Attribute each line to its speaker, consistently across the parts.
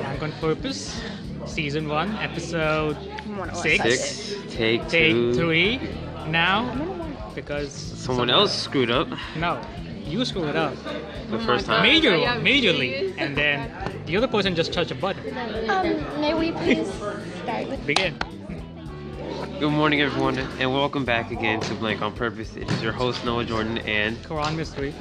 Speaker 1: Drunk on Purpose, Season 1, Episode
Speaker 2: I wanna watch
Speaker 1: Six.
Speaker 2: that shit.
Speaker 3: Six, take,
Speaker 1: Take
Speaker 3: two.
Speaker 1: 3 now because
Speaker 3: Someone else screwed up
Speaker 1: No, you screwed it up.
Speaker 3: the
Speaker 2: Oh
Speaker 3: first time.
Speaker 1: Major,
Speaker 4: yeah,
Speaker 1: majorly.
Speaker 4: please.
Speaker 1: And then the other person just touched a button.
Speaker 2: Um, may we please start with
Speaker 1: Begin.
Speaker 3: Good morning, everyone, and welcome back again to Blank on Purpose. It is your host Noah Jordan, and
Speaker 1: Quran Mystery.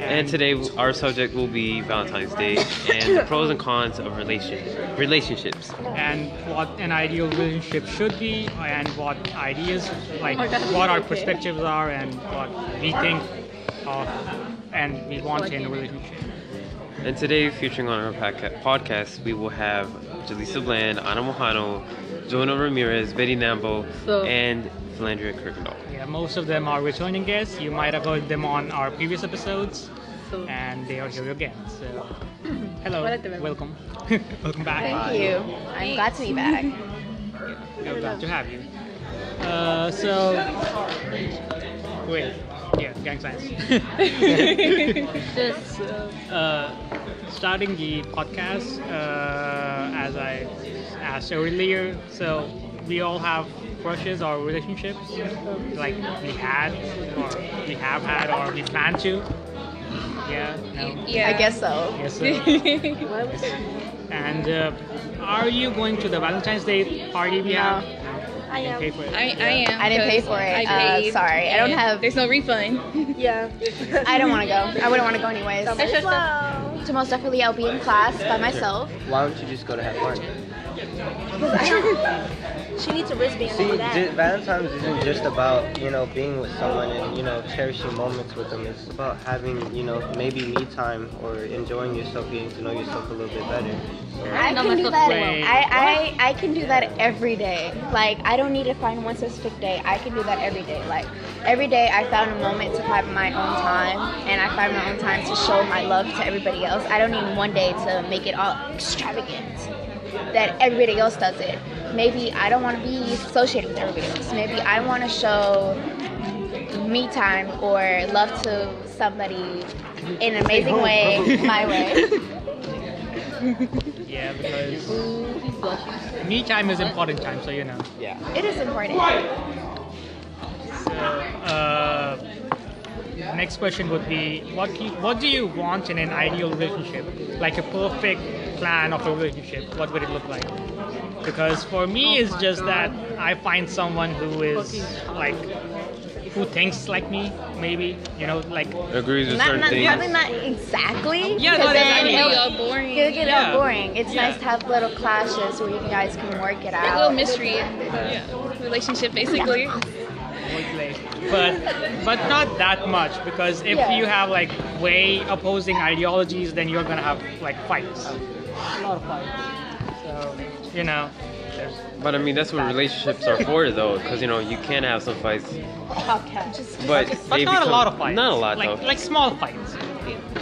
Speaker 3: and today our subject will be Valentine's Day and the pros and cons of relation relationships.
Speaker 1: and what an ideal relationship should be and what ideas like
Speaker 4: Oh, that's
Speaker 1: what our
Speaker 4: okay.
Speaker 1: perspectives are and what we think of and we want in a relationship
Speaker 3: And today, featuring on our podca- podcast, we will have Jaleesa Bland, Ana Mohano, Jonah Ramirez, Betty Nambo,
Speaker 4: So-
Speaker 3: and Philandria Kirkendall.
Speaker 1: yeah most of them are returning guests you might have heard them on our previous episodes
Speaker 4: So-
Speaker 1: and they are here again so hello
Speaker 4: What a development.
Speaker 1: welcome welcome back
Speaker 2: Thank you. I'm glad to be back.
Speaker 1: Yeah, we're glad to have you. Uh, so, wait, yeah, gang signs.
Speaker 4: Just, uh,
Speaker 1: uh, starting the podcast, uh, as I asked earlier, so we all have crushes or relationships, like we had, or we have had, or we plan to. Yeah, no.
Speaker 4: yeah.
Speaker 2: I guess so.
Speaker 1: Yes, sir. And uh, are you going to the Valentine's Day party we have?
Speaker 2: I
Speaker 1: You pay for it.
Speaker 4: I, I am.
Speaker 2: I didn't pay
Speaker 4: 'cause
Speaker 2: for it.
Speaker 4: I
Speaker 2: Uh,
Speaker 4: paid,
Speaker 2: sorry, I don't
Speaker 4: and
Speaker 2: have-
Speaker 4: There's no refund.
Speaker 5: Yeah.
Speaker 2: I don't want to go. I wouldn't want to go anyways.
Speaker 4: It's just a-
Speaker 2: So most definitely I'll be in class by myself.
Speaker 6: Why don't you just go to have fun?
Speaker 5: she needs a wristband
Speaker 6: See,
Speaker 5: for
Speaker 6: j-
Speaker 5: that.
Speaker 6: Valentine's isn't just about you know being with someone and you know cherishing moments with them. It's about having you know maybe me time or enjoying yourself, getting to know yourself a little bit better.
Speaker 2: I
Speaker 4: know
Speaker 2: can do
Speaker 4: myself
Speaker 2: that.
Speaker 1: well.
Speaker 2: I, I, I can do that every day. Like I don't need to find one specific day. I can do that every day. Like every day I found a moment to have my own time and I find my own time to show my love to everybody else. I don't need one day to make it all extravagant that everybody else does it. Maybe I don't want to be associated with everybody else. Maybe I want to show me time or love to somebody in an amazing way, my way.
Speaker 1: Yeah, because me time is important time, so you know.
Speaker 6: Yeah.
Speaker 2: It is important.
Speaker 1: So, uh, next question would be, what do you, what do you want in an ideal relationship? Like a perfect plan of a relationship, what would it look like? Because for me, it's just that I find someone who is like, who thinks like me, maybe you know, like
Speaker 3: Agrees with
Speaker 2: Not,
Speaker 3: certain
Speaker 2: not,
Speaker 3: things.
Speaker 2: probably not exactly.
Speaker 1: Yeah,
Speaker 2: because
Speaker 1: not
Speaker 2: then
Speaker 1: exactly.
Speaker 2: it'll-
Speaker 4: It'll get boring.
Speaker 2: It'll get
Speaker 1: Yeah.
Speaker 2: all boring. It's
Speaker 1: Yeah.
Speaker 2: nice to have little clashes where you guys can work it
Speaker 4: a
Speaker 2: out.
Speaker 4: little mystery in the relationship, basically.
Speaker 1: Wordplay. But but not that much because if
Speaker 2: Yeah.
Speaker 1: you have like way opposing ideologies, then you're gonna have like fights. A lot of fights. So you know, there's
Speaker 3: But I mean, that's what relationships are for, though, because you know you can have some fights,
Speaker 2: Podcast. Just
Speaker 3: but
Speaker 1: but
Speaker 3: they
Speaker 1: not
Speaker 3: become,
Speaker 1: a lot of fights.
Speaker 3: Not a lot
Speaker 1: like
Speaker 3: though.
Speaker 1: like small fights.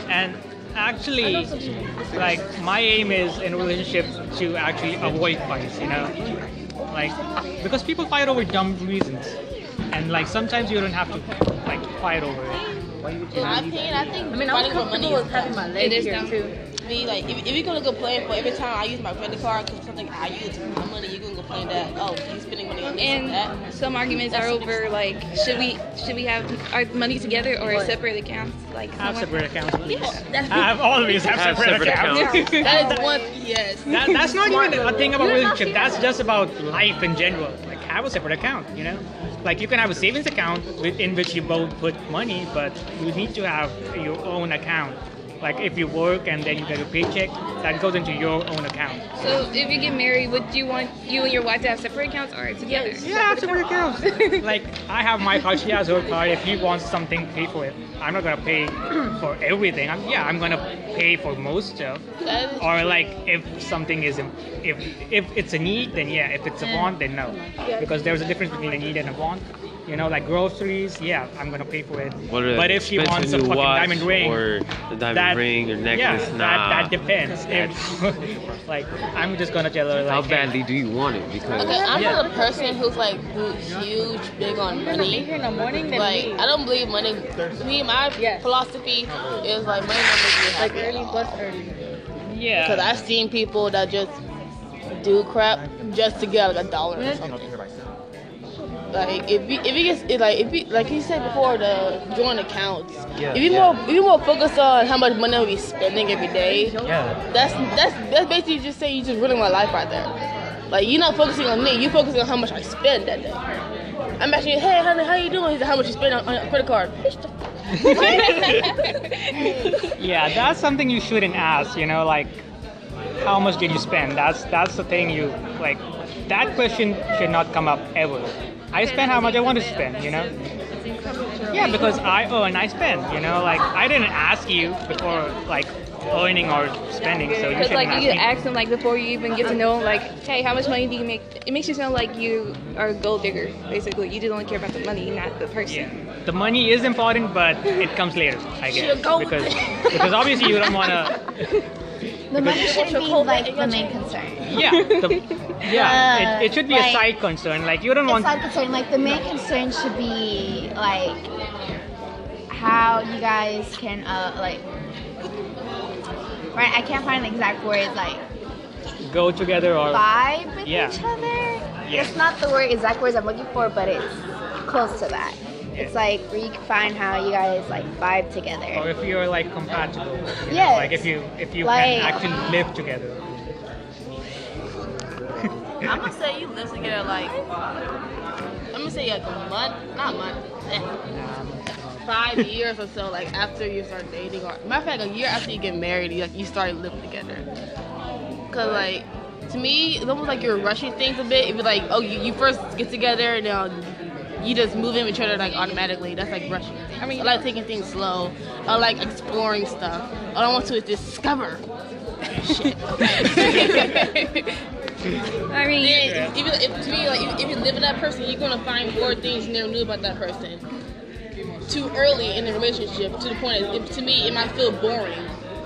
Speaker 1: And actually, like my aim is in relationships to actually avoid fights. You know, like because people fight over dumb reasons, and like sometimes you don't have to like fight over it.
Speaker 7: In my opinion, I think I
Speaker 5: mean, I'm
Speaker 7: fighting for money
Speaker 5: comfortable
Speaker 7: is
Speaker 5: with having
Speaker 7: dumb.
Speaker 5: my leg
Speaker 4: It is
Speaker 5: here,
Speaker 4: dumb.
Speaker 5: too.
Speaker 7: Me, like, if, if you're gonna complain for every time I use my credit card because something I use is my money, you're gonna complain that oh, you're spending money on this and that.
Speaker 4: And some arguments are over like should we should we have our money together or separate accounts? Like
Speaker 1: Have
Speaker 4: someone-
Speaker 1: separate accounts, please.
Speaker 7: that's-
Speaker 1: I've always have,
Speaker 3: Have
Speaker 1: separate,
Speaker 3: separate
Speaker 1: accounts.
Speaker 3: accounts.
Speaker 4: That is one yes.
Speaker 1: That, that's not even a thing about relationship. That's just about life in general. Like have a separate account, you know. Like you can have a savings account with, in which you both put money, but you need to have your own account. Like if you work and then you get a paycheck, that goes into your own account.
Speaker 4: So if you get married, would you want you and your wife to have separate accounts or together?
Speaker 1: Yeah, have separate accounts. like I have my card, she has her card. If he wants something, pay for it. I'm not gonna pay for everything. I'm, yeah, I'm gonna pay for most stuff.
Speaker 7: That is
Speaker 1: or like if something is im- if if it's a need then yeah if it's a want then no because there's a difference between a need and a want you know like groceries yeah i'm gonna pay for it
Speaker 3: What are the
Speaker 1: but if she wants
Speaker 3: expensive
Speaker 1: a
Speaker 3: new
Speaker 1: fucking
Speaker 3: watch
Speaker 1: diamond ring
Speaker 3: or the diamond
Speaker 1: that,
Speaker 3: ring or necklace,
Speaker 1: yeah,
Speaker 3: nah.
Speaker 1: that, that depends if, like i'm just gonna tell her like
Speaker 3: How
Speaker 1: hey,
Speaker 3: badly do you want it? Because
Speaker 7: Okay, I'm not a person who's like who's huge big on money.
Speaker 5: Here in the morning, then
Speaker 7: Like
Speaker 5: we-
Speaker 7: I don't believe money. Me, my
Speaker 5: Yes.
Speaker 7: philosophy is like money don't make me happy.
Speaker 5: like early bus early.
Speaker 1: Yeah.
Speaker 8: Because I've seen people that just do crap just to get like a dollar or something. Like if you if you get it, like if you like you said before the joint accounts,
Speaker 6: Yeah,
Speaker 8: if you
Speaker 6: yeah.
Speaker 8: more if you more focus on how much money we spending every day,
Speaker 6: Yeah.
Speaker 8: that's that's that's basically just saying you just ruining my life right there. Like you're not focusing on me, you're focusing on how much I spend that day. I'm asking you, hey honey, how you doing? He said, how much you spend on, on a credit card? Bitch, the
Speaker 1: Yeah, that's something you shouldn't ask. You know, like how much did you spend? That's that's the thing you like. That question should not come up ever. I spend how much I want to spend. You know. Yeah, because I earn, I spend. You know, like I didn't ask you before, like earning or spending, so you
Speaker 4: Because
Speaker 1: shouldn't
Speaker 4: like
Speaker 1: ask
Speaker 4: you
Speaker 1: me.
Speaker 4: ask them like before you even get to know them, like, hey, how much money do you make? It makes you sound like you are a gold digger, basically. You just only care about the money, not the person.
Speaker 1: Yeah, the money is important, but it comes later, I guess, because because obviously you don't want to.
Speaker 2: The money shouldn't be like the main concern.
Speaker 1: Yeah, the, yeah,
Speaker 2: Uh,
Speaker 1: it, it should be a
Speaker 2: like-
Speaker 1: side concern. Like you don't
Speaker 2: It's
Speaker 1: want.
Speaker 2: side concern. Like the main concern should be like how you guys can uh like right. I can't find the exact words like
Speaker 1: go together or
Speaker 2: vibe with
Speaker 1: Yeah.
Speaker 2: each other.
Speaker 1: Yeah.
Speaker 2: It's not the word exact words I'm looking for, but it's close to that. It's like where you can find how you guys like vibe
Speaker 1: or
Speaker 2: together.
Speaker 1: if you're like compatible. you know,
Speaker 2: Yes.
Speaker 1: Like if you if you
Speaker 2: Like-
Speaker 1: can actually live together.
Speaker 8: I'm gonna say you live together like I'm gonna say like a month, not a month, eh, five years or so. Like after you start dating, or matter of fact, a year after you get married, you, like you start living together. Cause like to me, it's almost like you're rushing things a bit. If you're like, oh, you, you first get together and then you just move in with each other like automatically. That's like rushing. I mean, I like taking things slow. I like exploring stuff. All I want to is discover. Shit.
Speaker 4: I mean,
Speaker 8: Yeah, even if, to me, like if, if you live with that person, you're gonna find more things you never knew about that person. Too early in the relationship, to the point that if, to me it might feel boring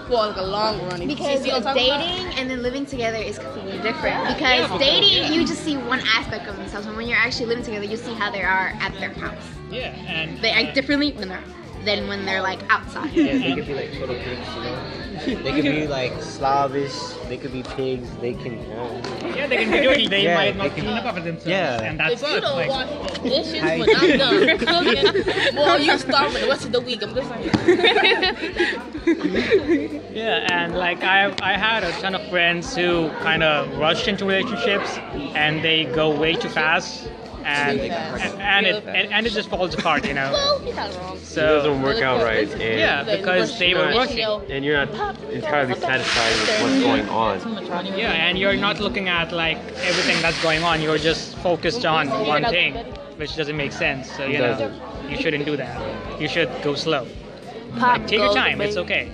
Speaker 8: for like a long run. If you
Speaker 2: Because
Speaker 8: see what I'm talking about?
Speaker 2: dating and then living together is completely different. Because dating, you just see one aspect of themselves, and when you're actually living together, you see how they are at their house.
Speaker 1: Yeah, and
Speaker 2: They act differently when they're than when they're like outside.
Speaker 6: Yeah, they could be like total pigs, you know. They could be like slavish. They could be pigs. They can.
Speaker 1: yeah, they can be dirty. They
Speaker 6: Yeah,
Speaker 1: might
Speaker 6: they
Speaker 1: not
Speaker 6: can-
Speaker 1: clean up after themselves,
Speaker 6: Yeah.
Speaker 1: and that's
Speaker 8: if you
Speaker 1: it.
Speaker 8: don't
Speaker 1: Like,
Speaker 8: wash the dishes
Speaker 6: I-
Speaker 8: when I'm done cooking, well, you starving the rest of the week. I'm just like,
Speaker 1: Yeah, and like I I had a ton of friends who kind of rushed into relationships and they go way too fast and and, and it and, and it just falls apart, you know.
Speaker 8: well, you're not wrong.
Speaker 3: It
Speaker 1: So
Speaker 3: doesn't work out right, and
Speaker 1: Yeah, because they were
Speaker 8: rushing.
Speaker 1: rushing.
Speaker 3: and you're not entirely satisfied with what's going on.
Speaker 1: yeah, and you're not looking at like everything that's going on. You're just focused on one thing, which doesn't make sense. So you know,
Speaker 3: doesn't.
Speaker 1: you shouldn't do that. You should go slow. Like, take your time. It's okay.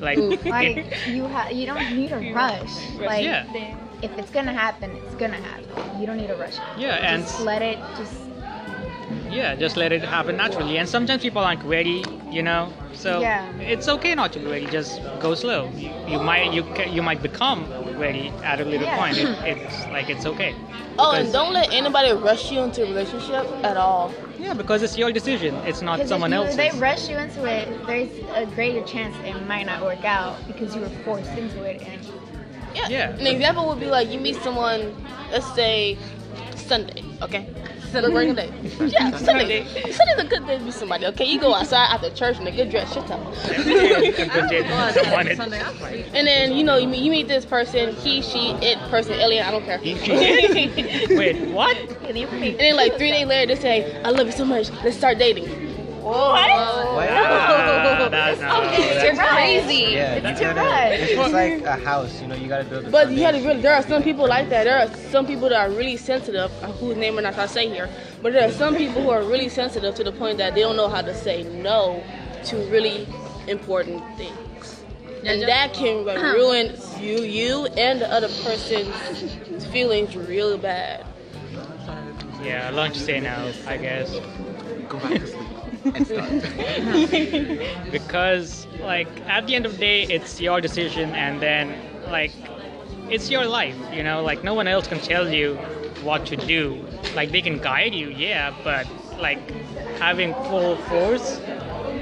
Speaker 1: Like,
Speaker 2: Like
Speaker 1: it,
Speaker 2: you ha- you don't need a rush. Like
Speaker 1: yeah.
Speaker 2: if it's gonna happen, it's gonna happen. You don't need to rush. it.
Speaker 1: Yeah, and-
Speaker 2: just let it just
Speaker 1: Yeah, just let it happen naturally. And sometimes people aren't ready, you know. So
Speaker 2: Yeah.
Speaker 1: it's okay not to be ready. Just go slow. You, you might you ca- you might become ready at a little
Speaker 2: Yeah.
Speaker 1: point. It, it's like it's okay.
Speaker 8: Oh, and
Speaker 1: Because-
Speaker 8: don't let anybody rush you into a relationship at all.
Speaker 1: Yeah, because it's your decision. It's not
Speaker 2: Because
Speaker 1: someone
Speaker 2: if you,
Speaker 1: else's.
Speaker 2: they rush you into it, there's a greater chance it might not work out because you were forced into it. And
Speaker 8: Yeah.
Speaker 1: Yeah.
Speaker 8: An example would be like you meet someone, let's say Sunday, okay? Celebrating a day. Yeah, Sunday. Sunday's a good day to meet somebody, okay? You go outside after church, nigga, dress shit up.
Speaker 1: And good day.
Speaker 2: Oh,
Speaker 1: Someone is-
Speaker 8: And then, you know, you meet, you meet this person, he, she, it, person, alien, I don't care.
Speaker 1: Wait, what?
Speaker 8: and then like three days later, they say, I love you so much, let's start dating.
Speaker 1: Ah, that's not-
Speaker 4: You're crazy.
Speaker 6: Yeah, you
Speaker 2: It's your
Speaker 6: gotta-
Speaker 2: rush.
Speaker 6: It's just like a house, you know. You gotta build. a
Speaker 8: But you had to
Speaker 6: foundation.
Speaker 8: really, there are some people like that. There are some people that are really sensitive, uh, whose name I'm not gonna say here. But there are some people who are really sensitive to the point that they don't know how to say no to really important things, and that can like, ruin you, you, and the other person's feelings real bad.
Speaker 1: Yeah, I learned to say no, I guess. Go back to sleep and start. because, like, at the end of the day, it's your decision, and then, like, it's your life, you know? Like, no one else can tell you what to do. Like, they can guide you, yeah, but, like, having full force,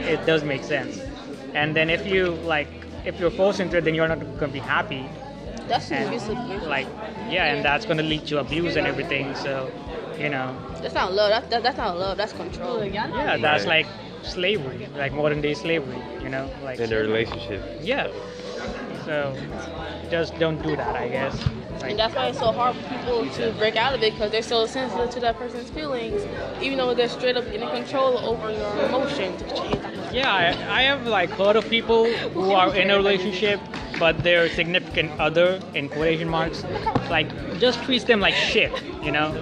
Speaker 1: it does make sense. And then if you, like, if you're forced into it, then you're not going to be happy.
Speaker 7: That's an
Speaker 1: And,
Speaker 7: abusive relationship.
Speaker 1: like, yeah, and that's going to lead to abuse and everything. So, you know,
Speaker 7: That's not love. That's, that, that's not love. That's control.
Speaker 1: yeah, that's
Speaker 3: Right.
Speaker 1: like slavery, like modern day slavery. You know, like
Speaker 3: in a relationship.
Speaker 1: yeah. So, just don't do that, I guess. Like,
Speaker 7: And that's why it's so hard for people to break out of it because they're so sensitive to that person's feelings, even though they're straight up in control over your emotions.
Speaker 1: Yeah, I, I have like heard of people who are in a relationship, but their significant other in quotation marks, like just treats them like shit, you know.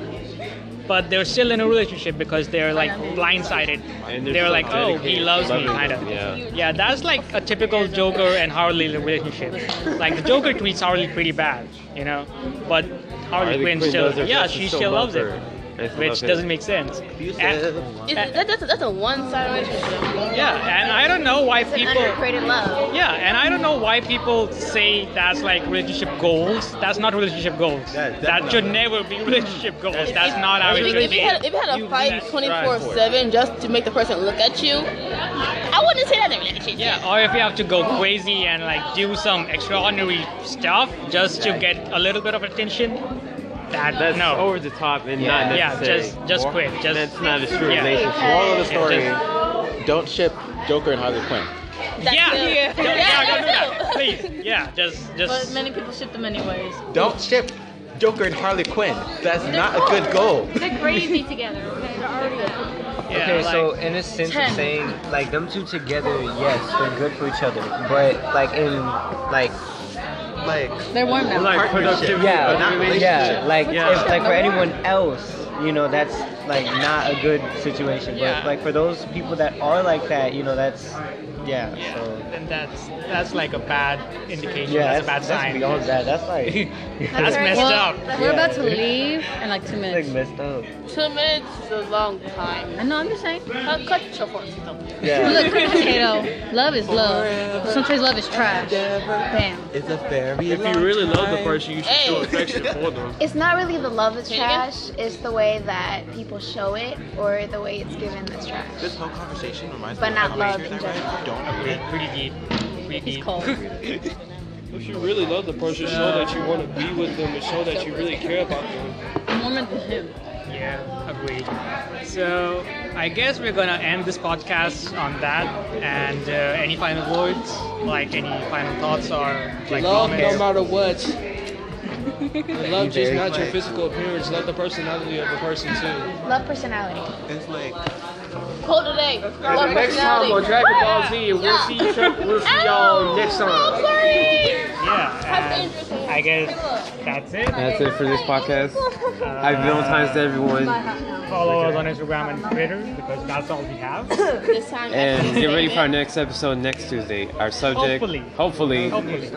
Speaker 1: But they're still in a relationship because they're like blindsided.
Speaker 3: And
Speaker 1: They're
Speaker 3: so
Speaker 1: like, oh, he
Speaker 3: dedicated,
Speaker 1: loves me,
Speaker 3: loving
Speaker 1: kind
Speaker 3: them,
Speaker 1: of.
Speaker 3: Yeah.
Speaker 1: Yeah, that's like a typical Joker and Harley relationship. Like the Joker treats Harley pretty bad, you know, but Harley, Quinn
Speaker 3: does her
Speaker 1: still, yeah,
Speaker 3: best to
Speaker 1: she
Speaker 3: still
Speaker 1: still loves
Speaker 3: love
Speaker 1: it,
Speaker 3: her and to
Speaker 1: which
Speaker 3: love him.
Speaker 1: doesn't make sense.
Speaker 6: You
Speaker 1: And-
Speaker 6: said-
Speaker 7: It's, that, that's, that's a one-sided relationship.
Speaker 1: yeah, and I don't know why
Speaker 2: It's an
Speaker 1: people.
Speaker 2: underrated love.
Speaker 1: Yeah, and I don't know why people say that's like relationship goals. That's not relationship goals.
Speaker 6: That- that's
Speaker 1: that
Speaker 6: not-
Speaker 1: should never be relationship goals. That's not how it
Speaker 7: If,
Speaker 1: should
Speaker 7: if,
Speaker 1: be.
Speaker 7: you had, if you had a
Speaker 1: You
Speaker 7: fight
Speaker 1: must strive for
Speaker 7: 24-7
Speaker 1: it.
Speaker 7: just to make the person look at you, I wouldn't say that's a relationship.
Speaker 1: Yeah, or if you have to go crazy and like do some extraordinary stuff just to get a little bit of attention, that
Speaker 3: That's
Speaker 1: no.
Speaker 3: over the top and
Speaker 6: Yeah.
Speaker 3: not
Speaker 1: Yeah,
Speaker 3: necessary.
Speaker 1: just- just
Speaker 3: Moral-
Speaker 1: quit, just-
Speaker 3: that's not a true
Speaker 1: Yeah.
Speaker 3: relationship.
Speaker 6: Moral of the
Speaker 1: Yeah,
Speaker 6: story:
Speaker 9: Don't ship Joker and Harley Quinn.
Speaker 7: That's
Speaker 1: yeah,
Speaker 7: it.
Speaker 1: yeah, don't,
Speaker 7: Yeah,
Speaker 1: yeah, don't do
Speaker 7: that's
Speaker 1: that, please. Yeah, just
Speaker 10: But
Speaker 1: just.
Speaker 10: many people ship them anyways.
Speaker 9: Don't ship Joker and Harley Quinn. That's not a good goal.
Speaker 10: They're crazy together. Okay, they're already. A-
Speaker 1: yeah,
Speaker 6: okay,
Speaker 1: like,
Speaker 6: so in a sense
Speaker 10: Ten.
Speaker 6: of saying like them two together, yes, they're good for each other. But like in like like
Speaker 4: They're warm now.
Speaker 3: Like productivity.
Speaker 6: yeah,
Speaker 3: of the relationship.
Speaker 6: yeah, like
Speaker 3: Yeah.
Speaker 6: if like for anyone else, you know, that's like not a good situation. But
Speaker 1: Yeah.
Speaker 6: like for those people that are like that, you know, that's yeah.
Speaker 1: yeah,
Speaker 6: So,
Speaker 1: then that's that's like a bad indication.
Speaker 6: yeah,
Speaker 1: that's, a bad sign.
Speaker 6: beyond that, that's like
Speaker 1: That's messed up.
Speaker 10: We're about to leave in like two
Speaker 6: like
Speaker 10: minutes.
Speaker 6: messed up.
Speaker 7: Two minutes is a long time.
Speaker 10: I know. I'm just saying.
Speaker 7: Cut, cut your horse.
Speaker 6: Yeah,
Speaker 10: Look, sweet potato. Love is love. Sometimes love is trash. Bam.
Speaker 9: It's a very
Speaker 3: If you really love the person, you should show affection for them.
Speaker 2: It's not really the love is
Speaker 7: Say it again?
Speaker 2: trash, it's the way that people show it or the way it's given that's trash.
Speaker 9: This whole conversation reminds
Speaker 2: But
Speaker 9: me
Speaker 2: not
Speaker 9: of
Speaker 2: love
Speaker 9: Make
Speaker 2: in
Speaker 9: sure that I Don't agree.
Speaker 1: Pretty deep. Pretty deep.
Speaker 10: He's cold.
Speaker 11: If you really love the person, show that you want to be with them and show that you really care about them.
Speaker 10: I'm warmer than him.
Speaker 1: Yeah, agreed. So I guess we're gonna end this podcast on that. And uh, any final words, like any final thoughts or like
Speaker 11: love no
Speaker 1: comments?
Speaker 11: matter what. love just
Speaker 6: very
Speaker 11: not your
Speaker 6: quiet.
Speaker 11: physical appearance. Love the personality of the person too.
Speaker 2: Love personality.
Speaker 9: It's like
Speaker 7: Quote today. Love personality.
Speaker 11: Dragon Ball Z, and we'll see each other. We'll see y'all next time.
Speaker 7: I'm sorry.
Speaker 1: Yeah. and I guess that's it.
Speaker 3: That's it for this podcast. I've been on times to everyone.
Speaker 1: Follow us on Instagram and Twitter because that's all we have.
Speaker 7: This time.
Speaker 3: And get ready for our next episode next Tuesday. Our subject,
Speaker 1: Hopefully.
Speaker 3: hopefully,
Speaker 1: Hopefully,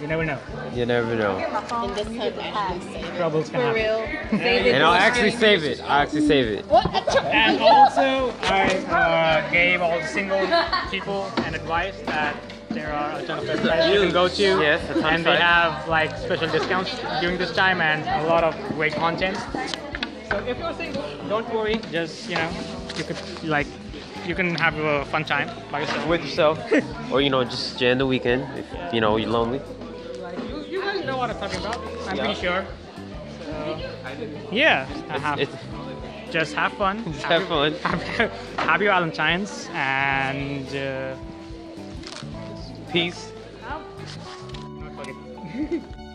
Speaker 1: you never know.
Speaker 3: you never know.
Speaker 7: And this time, actually say it.
Speaker 1: Troubles can happen.
Speaker 3: And I'll actually save it. I'll actually save it.
Speaker 1: And also, I uh, gave all the single people an advice that there are a ton of websites you can go to,
Speaker 3: Yes, a ton of
Speaker 1: and they
Speaker 3: sites.
Speaker 1: have like special discounts during this time and a lot of great content. So if you're single, don't worry. Just you know, you could like, you can have a fun time by yourself.
Speaker 3: With yourself, or you know, just jam the weekend if you know you're lonely.
Speaker 1: You, you guys know what I'm talking about. I'm pretty sure. So, yeah, I have-
Speaker 3: Uh, It's,
Speaker 1: just have fun.
Speaker 3: Just have fun.
Speaker 1: Happy, happy Valentine's and. Uh,
Speaker 3: peace.
Speaker 1: not forget.